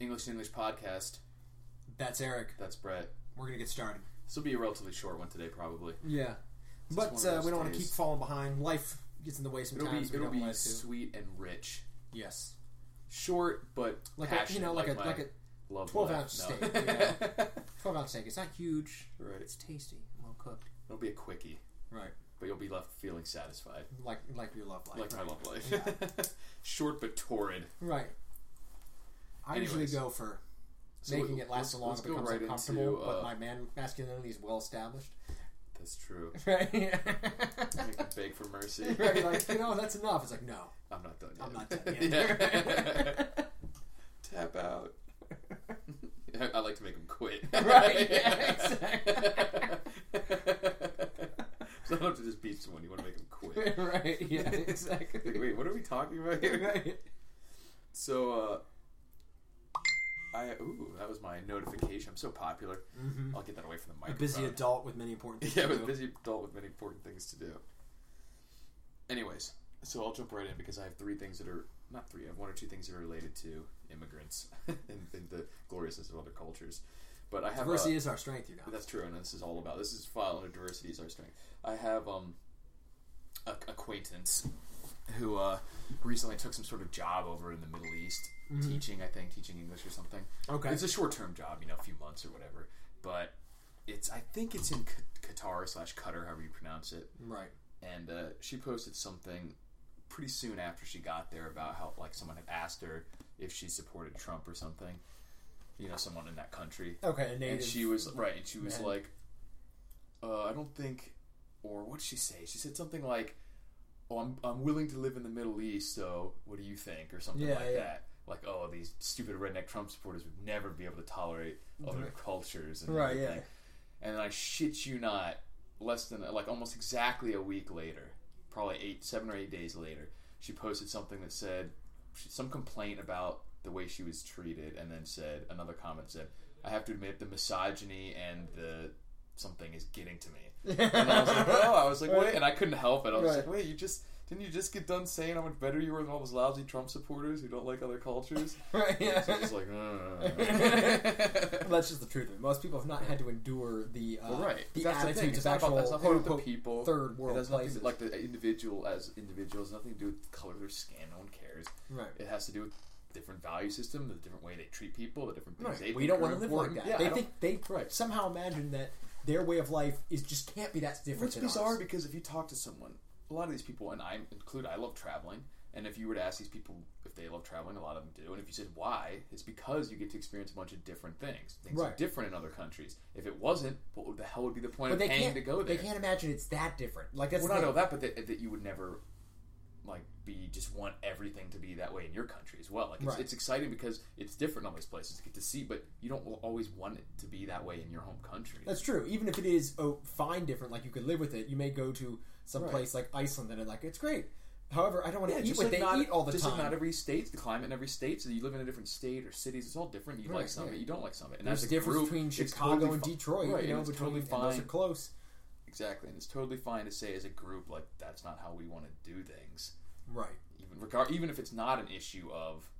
English to English podcast. That's Eric. That's Brett. We're gonna get started. This will be a relatively short one today, probably. Yeah, It's but just one of uh, those we don't want to days. keep falling behind. Life gets in the way It'll sometimes. be we it'll don't be want it to. sweet and rich, Yes, short but like a, passionate, you know, like, a my like a love 12 life. ounce No. steak, you know. twelve ounce steak. It's not huge. right. It's tasty, well cooked. It'll be a quickie, Right, but you'll be left feeling satisfied, like like your love life. like right. my love life. short but torrid. Right. I Anyways. usually go for So making we- it last so long let's- it let's go becomes right uncomfortable. into, uh, but my man masculinity is well established. That's true. Right. I can beg for mercy. right. Like you know that's enough. It's like no. I'm not done yet. I'm not done yet. Yeah. Tap out. I, I like to make them quit. Right, yeah, exactly. so I don't have to just beat someone. You want to make them quit. right. Yeah. Exactly. Like, wait, what are we talking about here? Right. So, uh, I ooh, that was my notification. I'm so popular. Mm-hmm. I'll get that away from the A microphone. busy adult with many important things. Yeah, I to was a do. busy adult with many important things to do. Anyways, so I'll jump right in because I have three things that are not three. I have one or two things that are related to immigrants and, and the gloriousness of other cultures. But I have Diversity uh, is our strength, you know. that's true, and this is all about this is file under diversity is our strength. I have um a acquaintance who uh, recently took some sort of job over in the Middle East, Mhm. teaching I think teaching English or something. Okay. It's a short term job, you know, a few months or whatever. But it's I think it's in Q- Qatar slash Qatar, however you pronounce it. right. And uh, she posted something pretty soon after she got there about how like someone had asked her if she supported Trump or something. You know, someone in that country, Okay. A native. and she was right, and she was man. like, uh, I don't think, or what did she say? She said something like, "Oh, I'm I'm willing to live in the Middle East, so what do you think?" or something Yeah, like yeah. that. Like, oh, these stupid redneck Trump supporters would never be able to tolerate other Right. cultures, and Right, everything." yeah. And I shit you not, less than like almost exactly a week later, probably eight, seven or eight days later, she posted something that said she- some complaint about the way she was treated, and then said another comment said, "I have to admit the misogyny and the something is getting to me." And I was like, "Oh!" I was like, "Wait!" And I couldn't help it. I was Right. like, "Wait, you just didn't you just get done saying how much better you were than all those lousy Trump supporters who don't like other cultures?" right. so I Yeah. was like, "Uh." That's just the truth of it. Most people have not had to endure the uh, Well, right. the that's the thing. attitudes It's of not about- actual that's nothing quote to do with unquote the people. third It world has nothing places. to, like the individual as individuals, nothing to do with the color of their skin. No one cares. right. It has to do with different value system, the different way they treat people, the different things they Right. We think don't are want to live like important. that. Yeah, I they don't- think they Right. somehow imagine that their way of life is just can't be that different. It's than ours. bizarre because if you talk to someone, a lot of these people, and I include, I love traveling. And if you were to ask these people if they love traveling, a lot of them do. And if you said why, it's because you get to experience a bunch of different things. Things are Right. different in other countries. If it wasn't, what would- the hell would be the point But of they paying can't. to go there? They can't imagine it's that different. Like that's Well, the not thing. know that, but that, that you would never like be just want everything to be that way in your country as well. Like it's, Right. it's exciting because it's different in all these places. You get to see, but you don't always want it to be that way in your home country. That's true. Even if it is oh, fine different, like you could live with it. You may go to some place like Iceland and it, like it's great. However, I don't want to eat just what like they not, eat all the just time. Like not every state, the climate in every state. So you live in a different state or cities. It's all different. You like Right, some of yeah. it, you don't like some of it. And There's as a a difference group, between it's Chicago totally and fi- Detroit. Right, you and know, it's totally between, and those fine. are close. Exactly, and it's totally fine to say as a group like that's not how we want to do things. Right. even regard even if it's not an issue of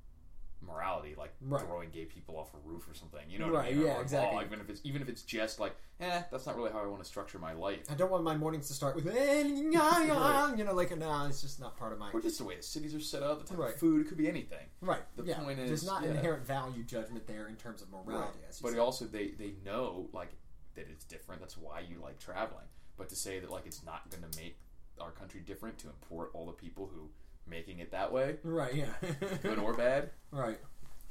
morality, like Right. throwing gay people off a roof or something. You know what I Right, mean? Or yeah, a law, exactly. even if it's even if it's just like, eh, that's not really how I want to structure my life. I don't want my mornings to start with "Eh, yeah, yeah," you know, like nah, it's just not part of my Or just the way the cities are set up, the type Right. of food, it could be anything. right. The yeah, point there's is- not yeah. inherent value judgment there in terms of morality. As you But said. also they they know like that it's different. That's why you like traveling. But to say that like it's not going to make our country different to import all the people who making it that way, right, yeah, good or bad, right,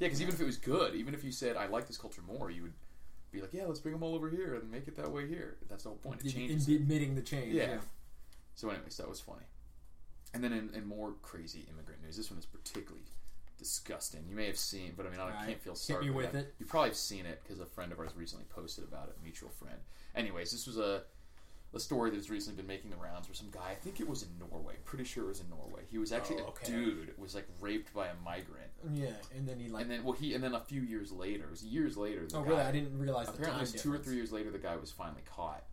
Yeah, because even if it was good, even if you said I like this culture more, you would be like, yeah, let's bring them all over here and make it that way here. That's the whole point. It In- changes. in- admitting the change. Yeah. yeah. So, anyways, that was funny. And then in, in more crazy immigrant news, this one is particularly disgusting. You may have seen, but I mean, I All right. can't feel Hit sorry. me for with them. it. You probably have seen it because a friend of ours recently posted about it, a mutual friend. Anyways, this was a a story that's recently been making the rounds where some guy, I think it was in Norway, pretty sure it was in Norway. He was actually Oh, okay. a dude was like raped by a migrant, Yeah, and then he like. and then well he and then a few years later, it was years later. The oh, guy, really? I didn't realize. the apparently time it was two or difference. three years later the guy was finally caught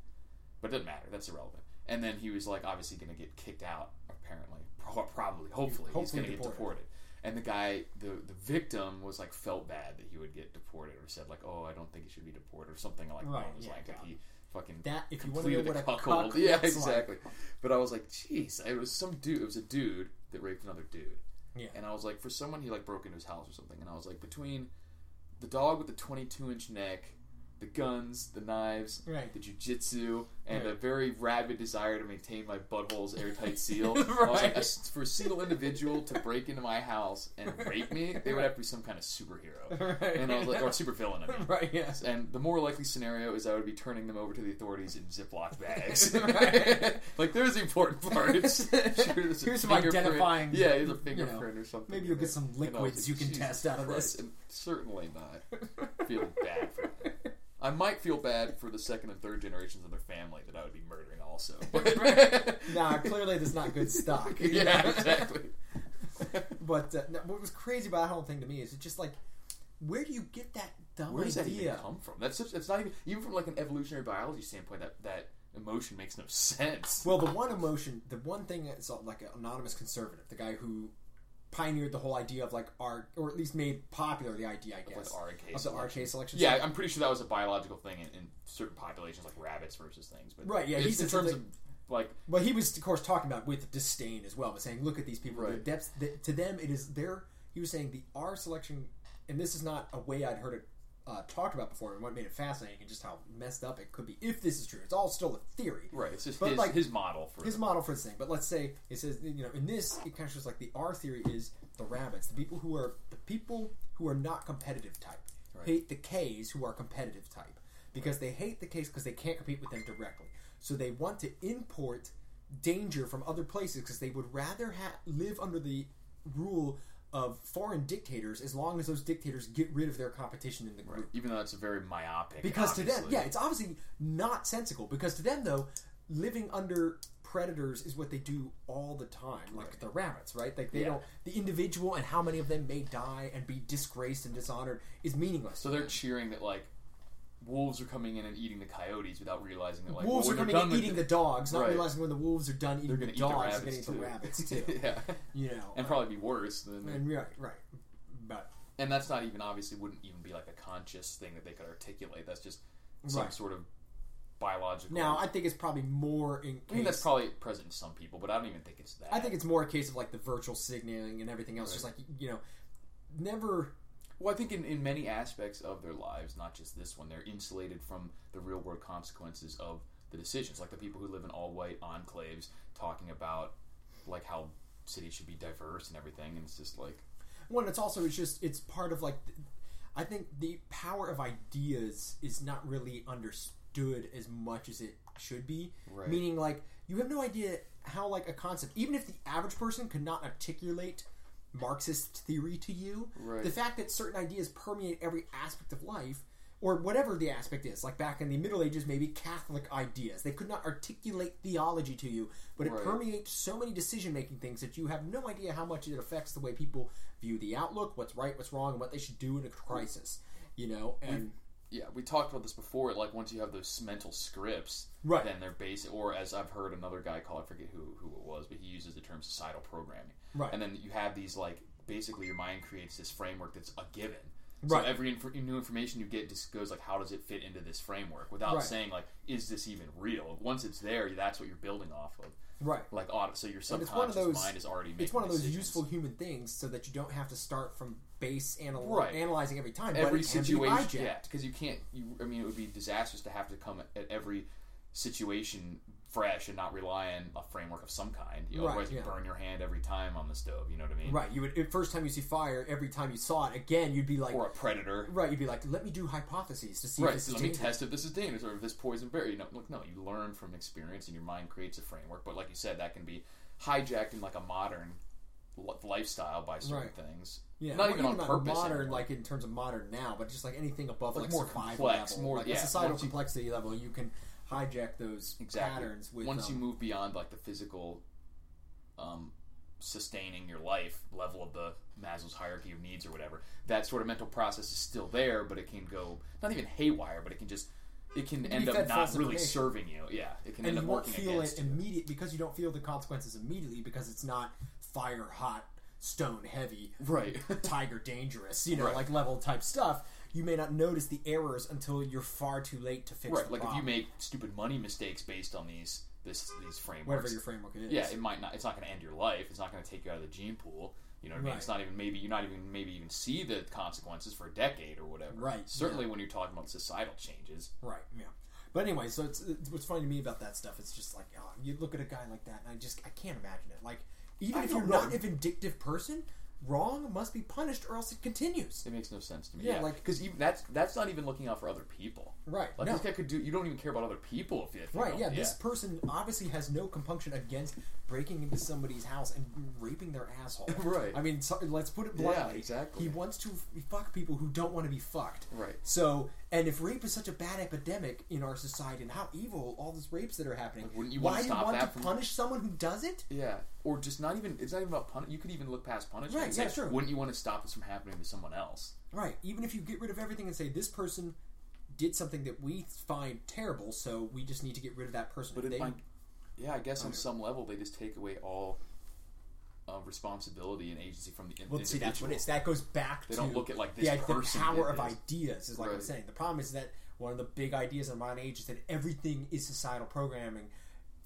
but it doesn't matter that's irrelevant and then he was like obviously going to get kicked out apparently Pro- probably hopefully, he's Hopefully going to get deported. deported and the guy the the victim was like felt bad that he would get deported or said like oh I don't think he should be deported or something like Right, that. It was yeah, like that yeah. he fucking That if you want to know completed a what a cuckold. cuck Yeah, looks like- exactly. But I was like, jeez, it was some dude. It was a dude that raped another dude. Yeah. And I was like, for someone, he like broke into his house or something. And I was like, between the dog with the 22 inch neck, the guns, the knives, Right. the jujitsu, and Right. a very rabid desire to maintain my butthole's airtight seal. I was like, Right. "As- for a single individual to break into my house and rape me, they would have to be some kind of superhero. Right. And I was like, or supervillain, I mean. right. Yes. And the more likely scenario is I would be turning them over to the authorities in Ziploc bags. Right. like, there's the important part. It's, sure, there's a Here's some fingerprint. identifying, Yeah, here's a you know, fingerprint or something. Maybe you'll in there. get some And I was liquids like, you can "Jesus test out of Christ," this. and certainly not. Feel bad for that. I might feel bad for the second and third generations of their family that I would be murdering also. But nah, clearly there's not good stock. yeah, exactly. But uh, no, what was crazy about that whole thing to me is it's just like, where do you get that dumb Where does that even idea? come from? That's such, it's not even even from like an evolutionary biology standpoint. That that emotion makes no sense. Well, the one emotion, the one thing that's uh, like an anonymous conservative, the guy who pioneered the whole idea of like art, or at least made popular the idea, I guess, RK of the RK selection. Yeah, I'm pretty sure that was a biological thing in, in certain populations, like rabbits versus things. But Right, yeah, it's he's in just terms like- of like But he was, of course, talking about with disdain as well, but saying, "Look at these people. The Right. depths that, to them, it is their." He was saying the R selection, and this is not a way I'd heard it uh, talked about before, and what made it fascinating, and just how messed up it could be if this is true. It's all still a theory, right. It's just But, his, like, his model for his model for this thing. But let's say it says you know in this it kind of shows like the R theory is the rabbits, the people who are the people who are not competitive type hate the K's who are competitive type because they hate the K's because they can't compete with them directly. So they want to import danger from other places because they would rather ha- live under the rule of foreign dictators as long as those dictators get rid of their competition in the group. even though it's a very myopic. Because to them, obviously. yeah, it's obviously not sensical. Because to them, though, living under predators is what they do all the time, like the rabbits, right? Like they Yeah. don't the individual and how many of them may die and be disgraced and dishonored is meaningless. So they're cheering that like wolves are coming in and eating the coyotes without realizing that like wolves well, are when coming they're and done eating the dogs, not Right. realizing when the wolves are done eating with, the they're going dogs, to they're eat getting the the rabbits too. yeah, You know, and probably be worse than. and right, right, but and that's not even obviously wouldn't even be like a conscious thing that they could articulate. That's just some Right. sort of biological. now I think it's probably more in. Case, I mean, that's probably present in some people, but I don't even think it's that. I think it's more a case of like the virtual signaling and everything else, just like you know, never Well, I think in, in many aspects of their lives, not just this one, they're insulated from the real world consequences of the decisions. Like the people who live in all white enclaves talking about like how cities should be diverse and everything, and it's just like One, it's also it's just it's part of like, th- I think the power of ideas is not really understood as much as it should be. Right. Meaning, like you have no idea how like a concept, even if the average person could not articulate Marxist theory to you, Right. the fact that certain ideas permeate every aspect of life. Or whatever the aspect is, like back in the Middle Ages, maybe Catholic ideas. They could not articulate theology to you, but it Right. permeates so many decision making things that you have no idea how much it affects the way people view the outlook, what's right, what's wrong, and what they should do in a crisis. You know, and yeah, we talked about this before. Like once you have those mental scripts, Right. Then they're basic, or as I've heard another guy call, I forget who who it was, but he uses the term societal programming, Right. And then you have these like basically your mind creates this framework that's a given. Right. So every inf- new information you get just goes like, how does it fit into this framework? Without Right. saying like, is this even real? Once it's there, that's what you're building off of. right. Like, auto- so your it's one of subconscious those- mind is already. Making It's one of those decisions. useful human things so that you don't have to start from base anal- Right. analyzing every time. but every it can be situation hijacked. yeah because you can't you i mean it would be disastrous to have to come at every situation fresh and not rely on a framework of some kind you know, Right, otherwise yeah. you burn your hand every time on the stove you know what i mean Right. You would if first time you see fire, every time you saw it again, you'd be like, or a predator right. You'd be like, let me do hypotheses to see right if this so is let me dangerous. test if this is dangerous or if this poison berry you know look no you learn from experience and your mind creates a framework but like you said that can be hijacked in like a modern li- lifestyle by certain Right. things Yeah, not well, even on purpose Modern, anymore. like in terms of modern now, but just like anything above Like like, more survival complex, level, more- like yeah, a societal once you- complexity level, you can hijack those patterns with once um, you move beyond like the physical um, sustaining your life level of the Maslow's hierarchy of needs or whatever that sort of mental process is still there but it can go not even haywire but it can just it can end fed up not false really information. serving you yeah it can and end you up won't working feel it against you. immediate because you don't feel the consequences immediately because it's not fire hot stone heavy, Right. tiger dangerous, you know, Right. like level type stuff, you may not notice the errors until you're far too late to fix right. the Like if you problem, make stupid money mistakes based on these this these whatever frameworks. your framework is. yeah, it might not. It's not going to end your life. It's not going to take you out of the gene pool. You know what I mean? It's not even maybe you're not even maybe even see the consequences for a decade or whatever. Right, Certainly when you're talking about societal changes. Right. Yeah. But anyway, so it's, it's what's funny to me about that stuff. It's just like oh, you look at a guy like that, and I just I can't imagine it. Like even I if you're don't know. not a vindictive person, wrong must be punished, or else it continues. It makes no sense to me. Yeah, Yeah, like- because even that's that's not even looking out for other people. Right. Like no. this guy could do. You don't even care about other people if you. If you Right. don't- Yeah. This person obviously has no compunction against breaking into somebody's house and raping their asshole. Right. I mean, so, let's put it bluntly. exactly. He wants to f- fuck people who don't want to be fucked. Right. So, and if rape is such a bad epidemic in our society, and how evil all these rapes that are happening, Like, wouldn't you why wanna do stop you want that to from- punish someone who does it? Yeah, or just not even. It's not even about punishment. You could even look past punishment. Right, and say, yeah, sure. Wouldn't you want to stop this from happening to someone else? Right. Even if you get rid of everything and say this person did something that we find terrible, so we just need to get rid of that person. But it They- might- yeah, I guess on Okay. some level they just take away all uh, responsibility and agency from the in- Well, see, individual. that's what it is. That goes back They to don't look at, like, this the, the person power did of this. ideas. Is like I'm Right. saying. The problem is that one of the big ideas in modern age is that everything is societal programming.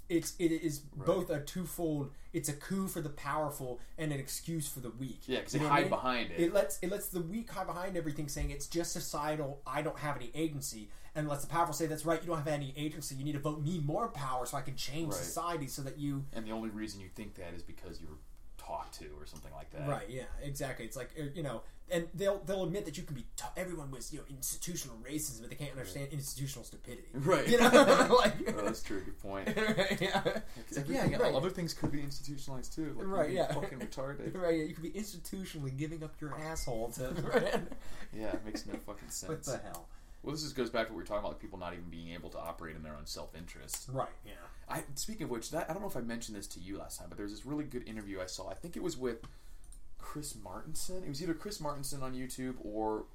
It's it is both a twofold. It's a coup for the powerful and an excuse for the weak. Yeah, 'cause You they know what I hide mean? behind it. It lets it lets the weak hide behind everything, saying it's just societal. I don't have any agency, and lets the powerful say that's right. You don't have any agency. You need to vote me more power so I can change Right. society so that you And the only reason you think that is because you were talked to or something like that. Right. Yeah. Exactly. It's like er, you know, and they'll they'll admit that you can be. T- everyone was you know institutional racism, but they can't understand institutional stupidity. Right. You know, like. Oh, that's true. Good point. yeah. It's like, yeah. Everything- Right. Other things could be institutionalized too. Like Right, You'd be yeah. Fucking retarded. Right, yeah, you could be institutionally giving up your asshole to. Yeah, it makes no fucking What sense. the hell? Well, this just goes back to what we were talking about, like people not even being able to operate in their own self-interest. Right, yeah. I speaking of which, that I don't know if I mentioned this to you last time, but there was this really good interview I saw. I think it was with Chris Martinson. It was either Chris Martinson on YouTube or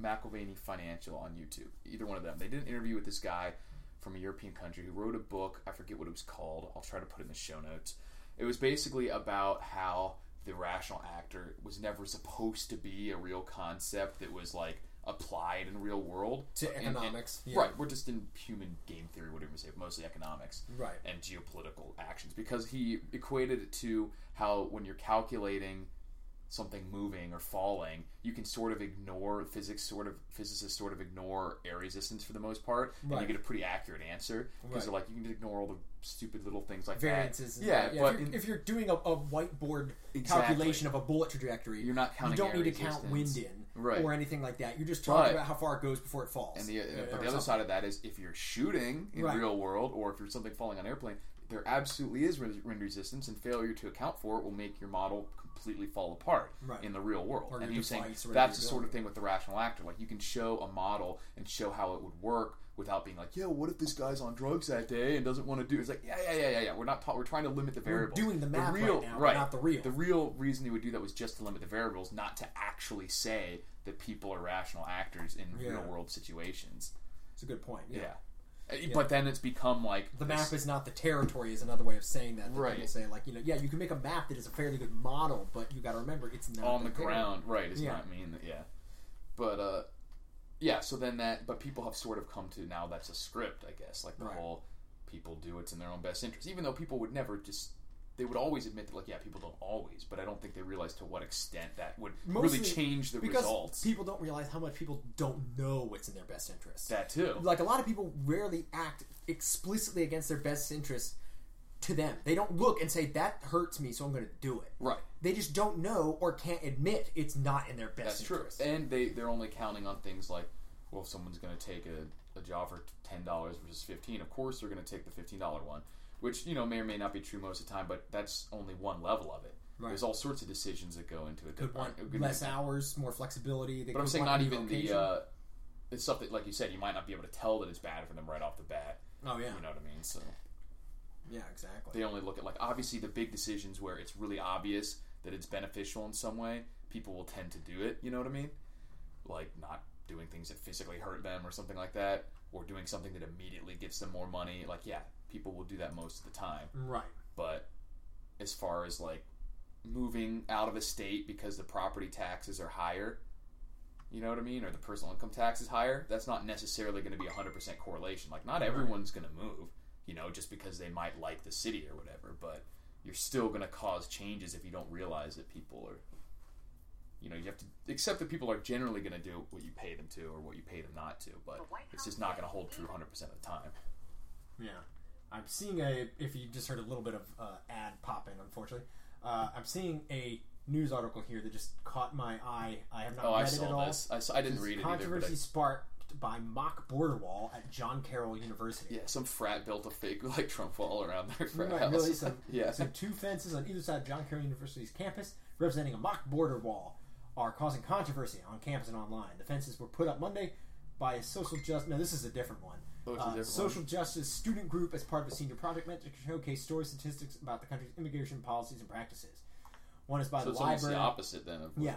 McIlvaney Financial on YouTube. Either one of them. They did an interview with this guy from a European country who wrote a book. I forget what it was called. I'll try to put it in the show notes. It was basically about how the rational actor was never supposed to be a real concept that was like applied in the real world To And- and- economics, yeah. right we're just in human game theory whatever you say mostly economics Right. and geopolitical actions because he equated it to how when you're calculating something moving or falling, you can sort of ignore physics. Sort of physicists sort of ignore air resistance for the most part, and Right. you get a pretty accurate answer because they're like you can just ignore all the stupid little things like Variances. That. and Uh, Yeah, that. yeah but if, you're, in- if you're doing a, a whiteboard Exactly. calculation of a bullet trajectory, You're not counting You don't air need to count resistance. wind in Right. or anything like that. You're just talking But- about how far it goes before it falls. And the, uh, or- or but the other something. side of that is if you're shooting in Right. real world or if you're something falling on an airplane, there absolutely is wind wind resistance, and failure to account for it will make your model completely fall apart Right. in the real world. Or and your he's saying device or whatever that's the you're sort of thing with the rational actor. Like you can show a model and show how it would work without being like, yeah, what if this guy's on drugs that day and doesn't want to do? It's like, yeah, yeah, yeah, yeah, yeah. We're not. Ta- we're trying to limit the variables. doing the math right real, now, but not the real. The real reason he would do that was just to limit the variables, not to actually say that people are rational actors in Yeah. real world situations. It's a good point. Yeah. Uh, But then it's become like The this- map is not the territory is another way of saying that. that Right. People say like you know yeah you can make a map that is a fairly good model, but you got to remember it's not on the territory. ground, right? Does Yeah. not mean that, yeah. But uh, yeah. So then that, but people have sort of come to now that's a script, I guess. Like the Right. whole people do it's in their own best interest, even though people would never just. They would always admit that, like, yeah, people don't always, but I don't think they realize to what extent that would Mostly really change the Because results. people don't realize how much people don't know what's in their best interest. that too, like a lot of people rarely act explicitly against their best interest to them. They don't look and say that hurts me, so I'm going to do it. right? They just don't know or can't admit it's not in their best That's true. interest. And they they're only counting on things like, well, if someone's going to take a, a job for ten dollars versus fifteen, of course they're going to take the fifteen dollar one, which you know may or may not be true most of the time, but that's only one level of it. Right. There's all sorts of decisions that go into it. Could that aren't- want could- less hours, more flexibility. They but I'm could saying want not a even the. relocation. Uh, it's stuff that, like you said, you might not be able to tell that it's bad for them right off the bat. oh yeah, You know what I mean? So yeah, exactly. they only look at like obviously the big decisions where it's really obvious that it's beneficial in some way people will tend to do it you know what i mean like not doing things that physically hurt them or something like that or doing something that immediately gets them more money like yeah people will do that most of the time Right. but as far as like moving out of a state because the property taxes are higher. You know what I mean? Or the personal income tax is higher. That's not necessarily going to be 100% correlation. Like, not everyone's going to move, you know, just because they might like the city or whatever, but you're still going to cause changes if you don't realize that people are, you know, you have to accept that people are generally going to do what you pay them to or what you pay them not to, but it's just not going to hold true 100% of the time. Yeah, I'm seeing a. If you just heard a little bit of uh, ad popping, unfortunately, uh, I'm seeing a news article here that just caught my eye. I have not Oh, read I it at saw all. this. I, saw, I didn't This read it either. controversy But I, sparked by mock border wall at John Carroll University. yeah, some frat built a fake like Trump wall around their frat Right, house. really, some, yeah, so two fences on either side of John Carroll University's campus, representing a mock border wall, are causing controversy on campus and online. The fences were put up Monday by a social justice. No, this is a different one. Oh, it's a Uh, different social justice student group as part of a senior project meant to showcase story statistics about the country's immigration policies and practices. One is by so the it's almost the library. opposite then. Of what- Yeah.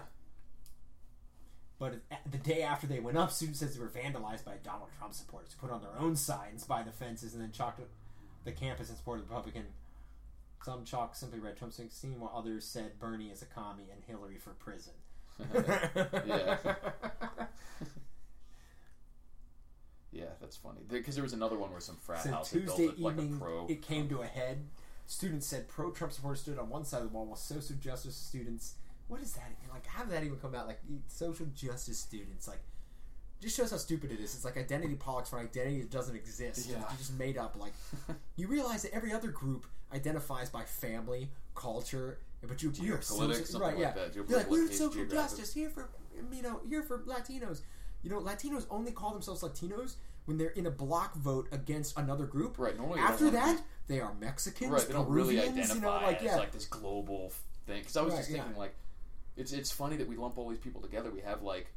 But at- the day after they went up, students said they were vandalized by Donald Trump supporters who put on their own signs by the fences and then chalked up the campus in support of the Republican. Some chalk simply read Trump 16, while others said Bernie is a commie and Hillary for prison. Yeah. yeah, that's funny. Because there was another one where some frat So house had Tuesday built it, like a evening, pro. it came to a head. Students said pro-Trump supporters stood on one side of the wall, while social justice students. What is that? Like, how did that even come out? Like, e- social justice students. Like, just shows how stupid it is. It's like identity politics for identity that doesn't exist. Yeah. You just made up. Like, you realize that every other group identifies by family, culture, but you we are Geopolitics, social- something right? like yeah, that. They're like, Geopolitical we're hate, social geographic. justice here for you know here for Latinos. You know, Latinos only call themselves Latinos when they're in a block vote against another group. Right, normally they After don't wanna that, they are Mexicans. right, they don't really Peruvians, identify You know, like yeah, as like this global f- thing. Because I was Right, just yeah. thinking, like, it's it's funny that we lump all these people together. We have like.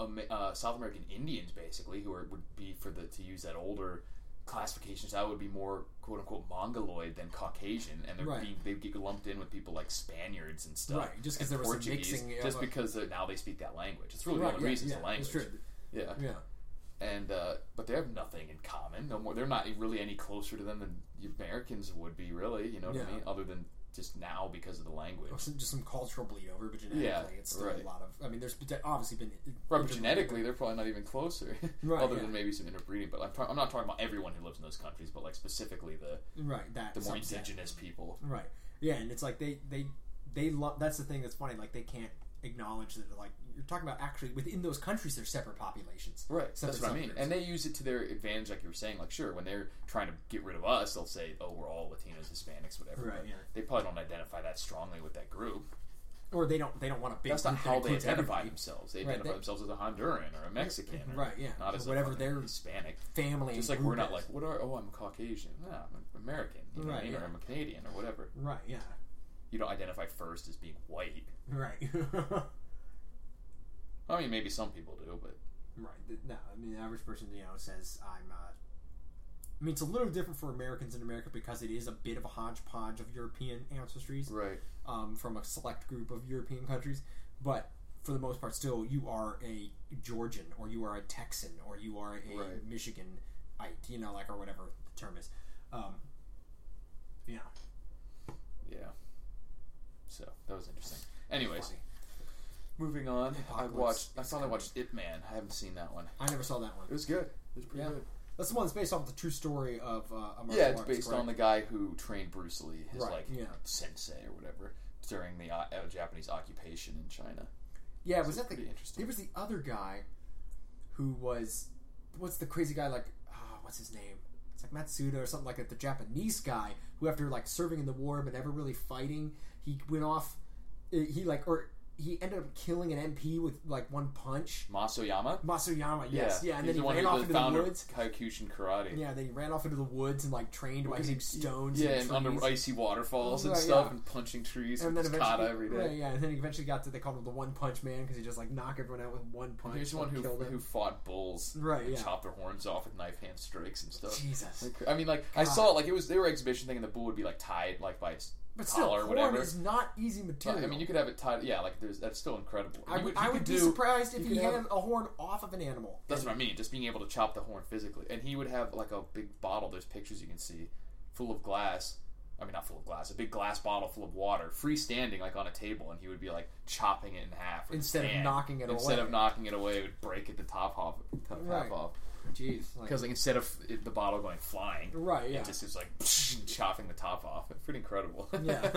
Ama- Uh, South American Indians, basically, who are, would be for the to use that older classifications, that would be more quote unquote mongoloid than Caucasian, and they're Right. being, they get lumped in with people like Spaniards and stuff, Right, just 'cause and there was some Portuguese, mixing of- just because they're- now they speak that language. It's really right, the only yeah, reason yeah, it's a language. It's true. Yeah, Yeah, and uh, but they have nothing in common. No more. They're not really any closer to them than the Americans would be. Really, you know what I Yeah. mean? Other than just now because of the language. Or some- just some cultural bleed over, but genetically, it's still right. a lot of. I mean, there's been- obviously been Right, but genetically, they're probably not even closer. Right, other yeah. than maybe some interbreeding. But I'm, ta- I'm not talking about everyone who lives in those countries, but like specifically the right that the more subset. indigenous people. Right. Yeah, and it's like they they they love. That's the thing that's funny. Like they can't acknowledge that. Like you're talking about actually within those countries, they're separate populations. Right, that's Separate what I mean. subgroups. And they use it to their advantage, like you were saying. Like, sure, when they're trying to get rid of us, they'll say, "Oh, we're all Latinos, Hispanics, whatever." Right, But yeah. They probably don't identify that strongly with that group. Or they don't they don't want a big. That's not group that how they includes identify everybody. themselves. They Right, identify they- themselves as a Honduran or a Mexican, or Right, yeah. not Or as whatever a fucking their Hispanic. Family. Just like group we're not is. like, what are? Oh, I'm Caucasian. No, I'm American. You know what I Right, mean? Or yeah. I'm a Canadian or whatever. Right. Yeah. You don't identify first as being white. Right. right. I mean, maybe some people do, but Th- No, I mean the average person you know says I'm. Uh, I mean, it's a little different for Americans in America because it is a bit of a hodgepodge of European ancestries. right. um, from a select group of European countries, but for the most part, still you are a Georgian or you are a Texan or you are a Right. Michiganite, you know, like or whatever the term is. Um, yeah, Yeah. So that was interesting. Anyways, funny. moving on. I Apocalypse watched. I is finally coming. watched Ip Man. I haven't seen that one. I never saw that one. It was good. It was pretty Yeah. good. That's the one that's based off the true story of uh, a martial Yeah, it's arts, based correct? on the guy who trained Bruce Lee, his Right, like yeah. sensei or whatever, during the uh, Japanese occupation in China. Yeah, was that the? pretty interesting. There was the other guy who was what's the crazy guy like? ah, what's his name? It's like Matsuda or something like that. The Japanese guy who, after like serving in the war but never really fighting, he went off. eh, He like or he ended up killing an MP with like one punch. Masoyama. Masuyama, yes, yeah, and he's then he the one ran who- off the into the founder woods. Of Kyokushin Karate. Yeah, then he ran off into the woods and like trained by Because using he- stones. Yeah, and, and under trees. icy waterfalls and Right, stuff, yeah. and punching trees and and, then just kata eventually, every yeah, day. yeah, and then he eventually got to they called him the One Punch Man because he just like knock everyone out with one punch. Here's the one like, who killed him. who fought bulls, Right, and yeah. chopped their horns off with knife hand strikes and stuff. Jesus. Like, I mean, like I saw it, like it was they were exhibition thing, and the bull would be like tied like by his But still, collar or porn whatever. is not easy material. I mean, you could have it tied. Yeah, like there's that's still incredible. I You would, you I would could be do- surprised you if could he have- had a horn off of an animal. That's what I mean. Just being able to chop the horn physically, and he would have like a big bottle. There's pictures you can see, full of glass, I mean, not full of glass, a big glass bottle full of water, freestanding, like on a table, and he would be like chopping it in half with his Instead of hand. knocking it Instead away. of knocking it away, it would break at the top half, top half Right. off. Jeez. Like, Because like instead of it, the bottle going flying, right. Yeah. it just is like chopping the top off. It's pretty incredible. yeah.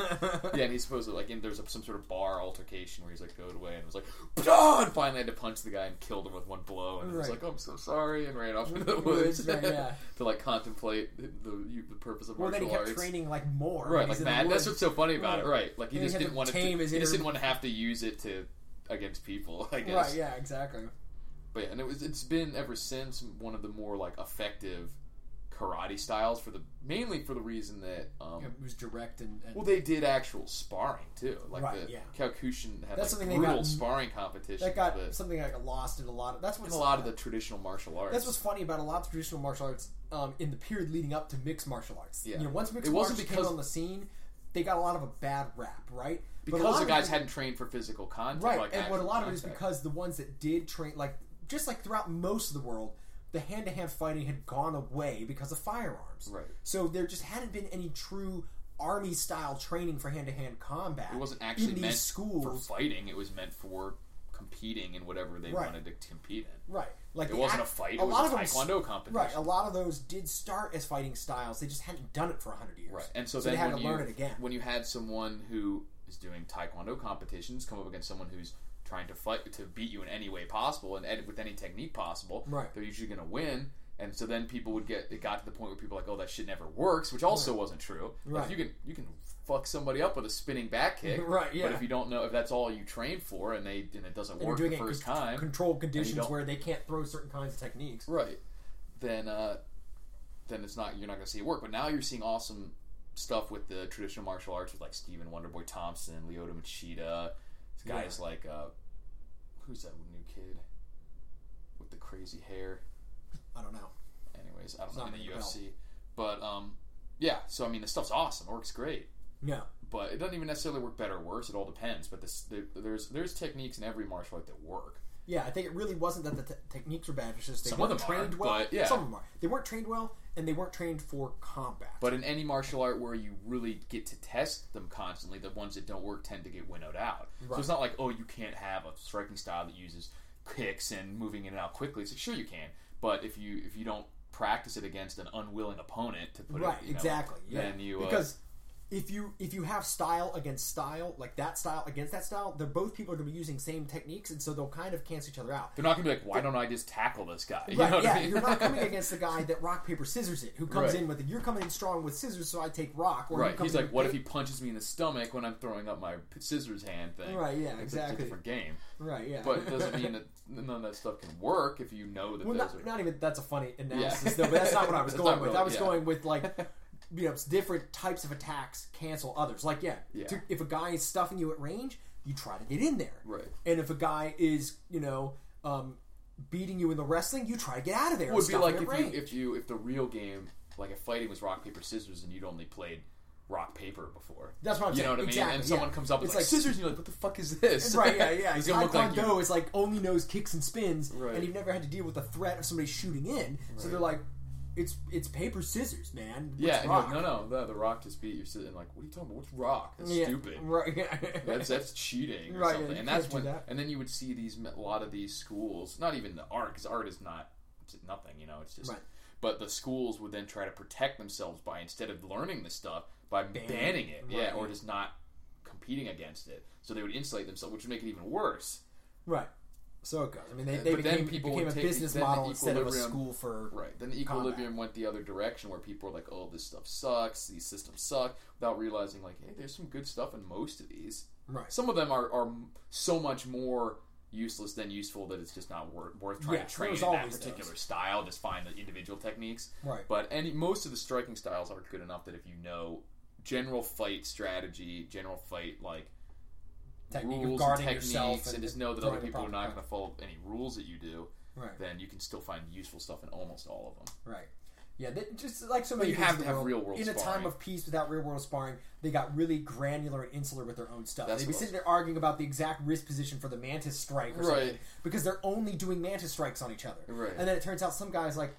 Yeah, and he's supposed to like, and there's a, some sort of bar altercation where he's like goaded away and was like, "Pshaw!" and finally had to punch the guy and killed him with one blow, and he was Right. like, "I'm so sorry," and ran off into the Woods, woods right, yeah. to like contemplate the, the, you- the purpose of Well, then martial he kept arts. training like more. right, he's like in the that. That's woods. what's so funny about it, Right. right? Like he And he just had to didn't want to. tame his He just inner- didn't want to have to use it to against people. I guess. Right. Yeah. Exactly. But yeah, and it was it's been ever since one of the more like effective karate styles for the mainly for the reason that um, It was direct and. and well they did actual sparring too like Right, the yeah. Kyokushin had That's like something they brutal got- sparring competition that got but something like lost in a lot of. That's in what's a lot of the traditional martial arts That's what's funny about a lot of traditional martial arts um, in the period leading up to mixed martial arts. Yeah. You know, once mixed It martial wasn't arts came because- on the scene, they got a lot of a bad rap, right? But a because lot the of guys it- hadn't trained for physical contact right, like and what a actual lot of it is contact. because the ones that did train, like just like throughout most of the world, the hand-to-hand fighting had gone away because of firearms. Right. So there just hadn't been any true army-style training for hand-to-hand combat. it wasn't actually in these meant schools, for fighting it was meant for competing in whatever they Right. wanted to compete in right? Like it the wasn't a act- fight it a was lot a of them s- taekwondo competition Right, a lot of those did start as fighting styles. They just hadn't done it for hundred years. Right, and so, they then had when to you, learn it again. When you had someone who is doing taekwondo competitions come up against someone who's trying to fight to beat you in any way possible and ed- with any technique possible, Right. they're usually going to win. And so then people would get it got to the point where people were like, oh, that shit never works, which also wasn't true. Like, Right. you can you can fuck somebody up with a spinning back kick, Right, yeah. But if you don't know if that's all you train for and they and it doesn't And work you're the doing it in first con- time, controlled conditions don't- where they can't throw certain kinds of techniques. right then uh then it's not you're not going to see it work but now you're seeing awesome stuff with the traditional martial arts with like steven wonderboy thompson leota machida these guys like uh who's that new kid with the crazy hair I don't know. anyways i don't know not in the ringing a bell. ufc but um yeah so i mean the stuff's awesome it works great No, but it doesn't even necessarily work better or worse it all depends but this there, there's there's techniques in every martial art that work yeah, I think it really wasn't that the te- techniques were bad. It's just they Some of weren't them trained are, well. but, yeah. Some of them are. They weren't trained well, and they weren't trained for combat. But in any martial art where you really get to test them constantly, the ones that don't work tend to get winnowed out. So it's not like, oh, you can't have a striking style that uses kicks and moving in and out quickly. It's like, sure you can, but if you if you don't practice it against an unwilling opponent to put right, it, you know, exactly. Yeah. then you uh, because if you if you have style against style, like that style against that style, they're both people are going to be using same techniques, and so they'll kind of cancel each other out. they're not gonna be like, why don't I just tackle this guy? You Right, know what yeah, I mean? you're not coming against the guy that rock paper scissors it, who comes Right. in with it. You're coming in strong with scissors, so I take rock. Or you Right, come he's in like, with what if he paper- punches me in the stomach when I'm throwing up my scissors hand thing? Right, yeah, It's a- It's a exactly. different game, Right, yeah, but it doesn't mean that none of that stuff can work if you know that well, those not, are not even that's a funny analysis Yeah. though. But that's not what I was That's going not with. really- I was yeah. going with like. You know, it's different types of attacks cancel others. Like, yeah, Yeah. to- if a guy is stuffing you at range, you try to get in there. Right. And if a guy is, you know, um, beating you in the wrestling, you try to get out of there. and would be stuff like him if at range. you if you if the real game like if fighting was rock paper scissors and you'd only played rock paper before. That's what I'm you know saying. what I mean. Exactly, and someone yeah. comes up with It's like, like- scissors, and you're like, what the fuck is this? Right, yeah, yeah. it's It's gonna Taekwondo look like you. is like only knows kicks and spins, Right. and you've never had to deal with the threat of somebody shooting in. So they're like, it's it's paper scissors, man. What's Yeah, and you're rock? like, no, no, the, the rock just beat your scissors. And like, what are you talking about? What's rock? That's Yeah, stupid. Right. yeah. That's that's cheating or Right, yeah, something. you and that's can't do when that. and then you would see these a lot of these schools, not even the art because art is not it's nothing, you know, it's just Right. but the schools would then try to protect themselves by instead of learning this stuff by banning, it, yeah, Right, or yeah. just not competing against it. So they would insulate themselves, which would make it even worse. right. So it goes. I mean, they, they But then became, people it became would a take- business then the model instead of a equilibrium- school for. Right. Then the equilibrium went the other direction where people are like, "Oh, this stuff sucks. These systems suck," without realizing like, "Hey, there's some good stuff in most of these." Right. Some of them are, are m- so much more useless than useful that it's just not wor- worth trying Yeah, to train in there's that always particular those. style. Just find the individual techniques. Right. But any most of the striking styles are good enough that if you know general fight strategy, general fight like Technique of rules and guarding techniques, yourself and, and just know that throwing other the people are proper not punch. going to follow any rules that you do, Right. then you can still find useful stuff in almost all of them. Right. Yeah, they, just like so many. you things have in to the have world, real-world in a sparring. time of peace without real world sparring. They got really granular and insular with their own stuff. That's They'd be what- sitting there arguing about the exact wrist position for the mantis strike, or Right. something, because they're only doing mantis strikes on each other. Right. And then it turns out some guys like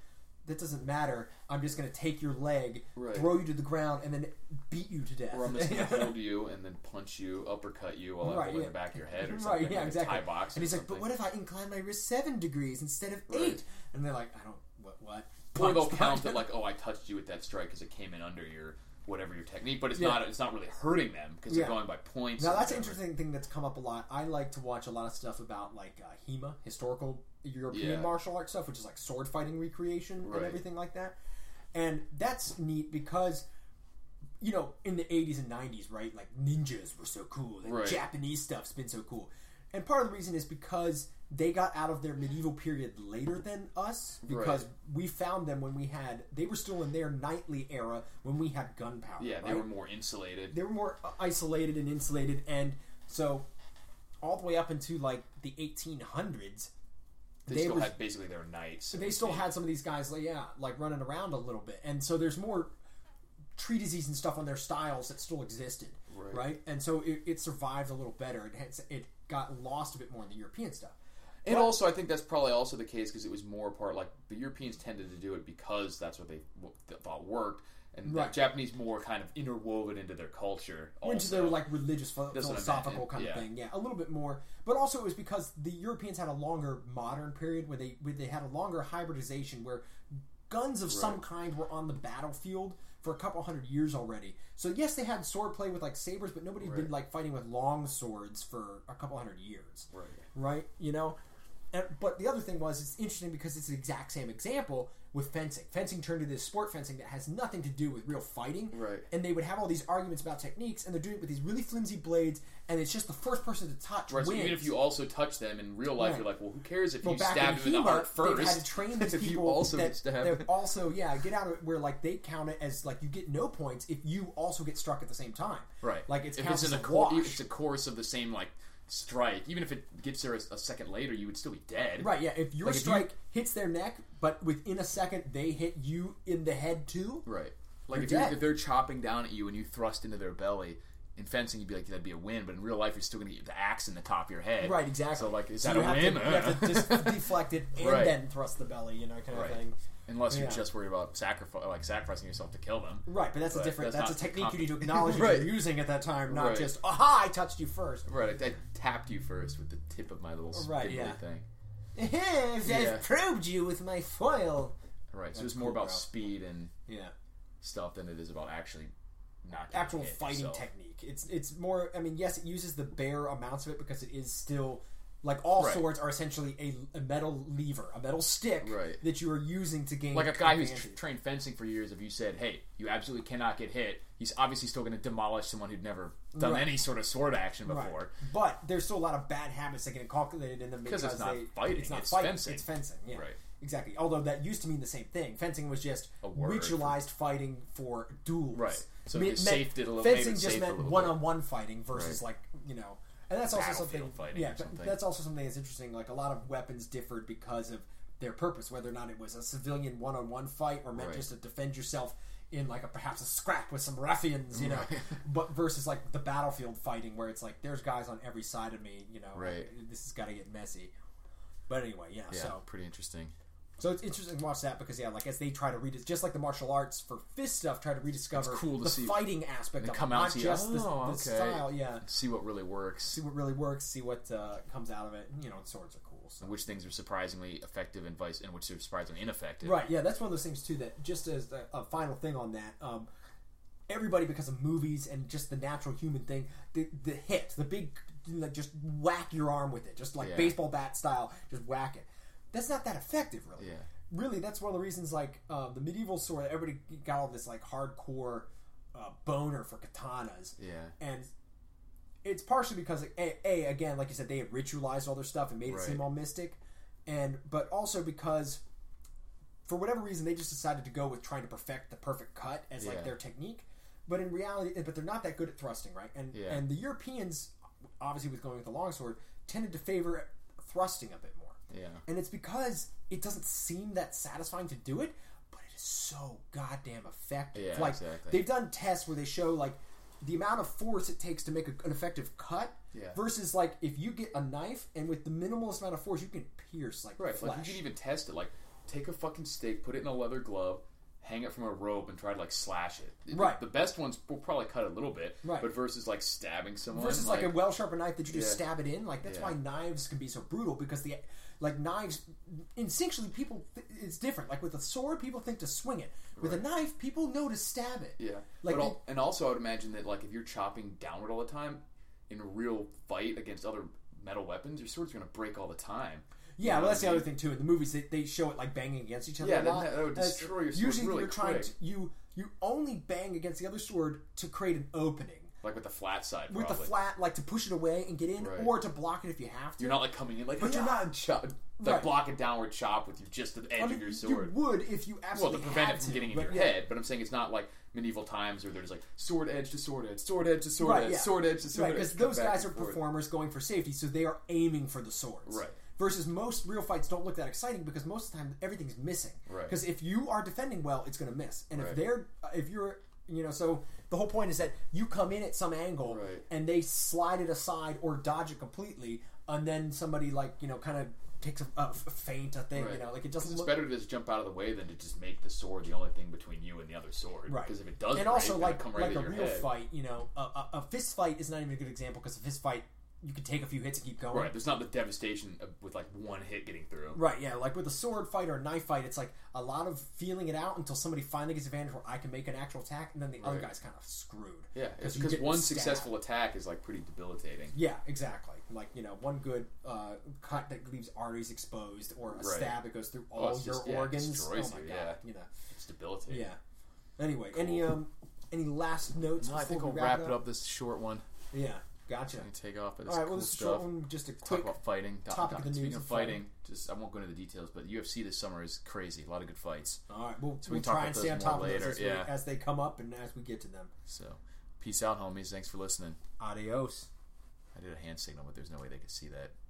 that doesn't matter. I'm just going to take your leg, Right. throw you to the ground, and then beat you to death. Or I'm just gonna hold you and then punch you, uppercut you while Right, I hold yeah. the back of your head or something. Right, yeah, like exactly. A Thai box and or he's like, something. but what if I incline my wrist seven degrees instead of Right. eight? And they're like, I don't, what, what? Or they'll Punch, count punch. it like, oh, I touched you with that strike because it came in under your whatever your technique, but it's Yeah. not it's not really hurting them because Yeah. they're going by points. Now or that's an whatever. interesting thing that's come up a lot. I like to watch a lot of stuff about like uh, HEMA, historical European Yeah. martial arts stuff, which is like sword fighting recreation Right. and everything like that. And that's neat because you know in the eighties and nineties, right? Like ninjas were so cool. and Right. Japanese stuff's been so cool, and part of the reason is because they got out of their medieval period later than us because we found them when we had they were still in their knightly era when we had gunpowder. Yeah, they right? were more insulated. they were more uh, isolated and insulated and so all the way up into like the 1800s They, they still were- had basically their knights. they still had some of these guys like yeah like running around a little bit and so there's more treatises and stuff on their styles that still existed right, Right. and so it, it survived a little better it, had- it got lost a bit more in the european stuff And also, I think that's probably also the case because it was more part like the Europeans tended to do it because that's what they w- th- thought worked, and Right. the Japanese more kind of interwoven into their culture. Also. into their like religious ph- That's what I meant, philosophical kind of yeah. thing yeah a little bit more but also it was because the europeans had a longer modern period where they where they had a longer hybridization where guns of some kind were on the battlefield for a couple hundred years already so yes they had sword play with like sabers but nobody had been Right. like fighting with long swords for a couple hundred years Right. right you know and, but the other thing was it's interesting because it's the exact same example with fencing fencing turned into this sport fencing that has nothing to do with real fighting Right. and they would have all these arguments about techniques, and they're doing it with these really flimsy blades, and it's just the first person to touch Right, so wins. even if you also touch them in real life, Right. you're like, well, who cares if Well, you back stab in him in the HEMA, heart first? they've had to train these if people you also that, get stabbed. that also, yeah, get out of it where like they count it as like you get no points if you also get struck at the same time, Right. Like it's if counts it's in as the a cour- wash. if it's a course of the same like strike, even if it gets there a, a second later, you would still be dead. Right, yeah. If your Like, if you- strike hits their neck, but within a second they hit you in the head too, Right. Like You're if, you're, dead. if they're chopping down at you and you thrust into their belly, in fencing you'd be like that'd be a win, but in real life you're still gonna get the axe in the top of your head. Right, exactly. So like is So that you a have win? To, you have to just deflect it and Right. then thrust the belly, you know, kind of Right. thing. Unless Yeah. you're just worried about sacrifice, like sacrificing yourself to kill them. Right, but that's a But different. That's, that's a not technique you comp- need to acknowledge that Right. you're using at that time, not Right. just "aha, I touched you first. Right. I, I tapped you first with the tip of my little Uh, Right, spindly yeah. thing. I've, I've Yeah. probed you with my foil. Right. So That's it's more cool, about bro. speed and Yeah, stuff than it is about actually not actual fighting technique. It's it's more. I mean, yes, it uses the bare amounts of it because it is still like all Right. swords are essentially a, a metal lever, a metal stick Right. that you are using to gain. Like a guy who's advantage. trained fencing for years, if you said, "Hey, you absolutely cannot get hit," he's obviously still going to demolish someone who'd never done Right. any sort of sword action Right. before. But there's still a lot of bad habits that get inculcated in them because, it's not they, fighting, It's not it's fighting. fencing. It's fencing. Yeah, Right. exactly. Although that used to mean the same thing. Fencing was just A word ritualized fighting for duels. Right. So Me- it meant- saved it a little- Fencing made it just safe a meant little bit. one-on-one fighting versus like you know, and that's also Battlefield something. fighting yeah, or something. that's also something that's interesting. Like a lot of weapons differed because of their purpose, whether or not it was a civilian one-on-one fight or meant Right. just to defend yourself in like a perhaps a scrap with some ruffians, you know. but versus like the battlefield fighting where it's like there's guys on every side of me, you know. Right. This has got to get messy. But anyway, yeah. Yeah, So pretty interesting. so it's interesting to watch that because yeah, like as they try to read it, just like the martial arts for fist stuff, try to rediscover It's cool to the see. fighting aspect of come it, out not to you, just the, "Oh, the okay." style. Yeah. See what really works, See what really works. See what uh, comes out of it. You know, and swords are cool. So. and which things are surprisingly effective and vice, and which are surprisingly ineffective. Right. Yeah, that's one of those things too. That just as a, a final thing on that, um, everybody because of movies and just the natural human thing, the the hit, the big, like just whack your arm with it, just like Yeah. baseball bat style, just whack it. That's not that effective, really. Yeah. Really, that's one of the reasons. Like uh, the medieval sword, everybody got all this like hardcore uh, boner for katanas Yeah. and it's partially because like, a, a again like you said they had ritualized all their stuff and made it Right. seem all mystic and but also because for whatever reason they just decided to go with trying to perfect the perfect cut as like Yeah. their technique but in reality but they're not that good at thrusting right and Yeah. and the europeans obviously with going with the longsword tended to favor thrusting a bit more Yeah. and it's because it doesn't seem that satisfying to do it, but it is so goddamn effective. Yeah, like exactly. they've done tests where they show like the amount of force it takes to make a, an effective cut Yeah. versus like if you get a knife and with the minimalist amount of force you can pierce like Right. flesh. Like you can even test it. Like take a fucking stick, put it in a leather glove, hang it from a rope, and try to like slash it. The- Right. The, best ones will probably cut a little bit, Right. But versus like stabbing someone, versus like, a well sharpened knife that you just Yeah. stab it in. Like that's Yeah. why knives can be so brutal because the like knives instinctually people th- it's different. Like with a sword, people think to swing it. With a knife, people know to stab it. yeah. but like they- al- and also, I would imagine that like if you're chopping downward all the time in a real fight against other metal weapons, your sword's gonna break all the time. Yeah, You know well, that's what the I other thing too. In the movies, they, they show it like banging against each other. Yeah, a then lot. that- that would That's- destroy your sword Usually, really you're trying quick. to you you only bang against the other sword to create an opening Like with the flat side, with probably. the flat, like to push it away and get in, Right. or to block it if you have to. You're not like coming in like, "Ah!" but you're not- chop, like Right. block a downward chop with you just at the edge I mean, of your you sword. would if you well, to absolutely prevent had it to, from getting in but your yeah. head, but I'm saying it's not like medieval times where there's like sword edge to sword edge, sword edge to sword Right, edge, yeah. sword edge to sword Right, edge. because come those back guys are and forth. performers going for safety, so they are aiming for the swords. Right. Versus most real fights don't look that exciting because most of the time everything's missing. Right. Because if you are defending well, it's going to miss, and if Right. they're if you're you know so the whole point is that you come in at some angle Right. and they slide it aside or dodge it completely, and then somebody like you know kind of takes a, a feint a thing you Right. know like it 'Cause doesn't It's look better to just jump out of the way than to just make the sword the only thing between you and the other sword. Right. Because if it does, and break, also then like it'll come right like at a your real head. fight, you know, a, a, a fist fight is not even a good example because a fist fight you can take a few hits and keep going. Right. There's not the devastation of, with like one hit getting through. Right, yeah, like with a sword fight or a knife fight, it's like a lot of feeling it out until somebody finally gets advantage where I can make an actual attack, and then the other Right. guy's kind of screwed. Yeah. It's you because get one stabbed. successful attack is like pretty debilitating. Yeah, exactly. Like you know, one good uh, cut that leaves arteries exposed, or a stab that goes through all Oh, it's your just- yeah, it organs. destroys oh my you, god, yeah. you know. It's debilitating. Yeah. Anyway, any um, any last notes? No, I before think we I'll wrap it up. This short one. Yeah, gotcha. and take off. But All it's right, cool well, this is a stuff. short one, just a Talk quick. about fighting. Doc- topic Doc- of the Speaking news of is fighting, just I won't go into the details, but UFC this summer is crazy. A lot of good fights. All right, we'll, we we'll can talk try about and those stay on more top of later, those as, we- yeah. as they come up and as we get to them. So, peace out, homies. Thanks for listening. Adios. I did a hand signal, but there's no way they could see that.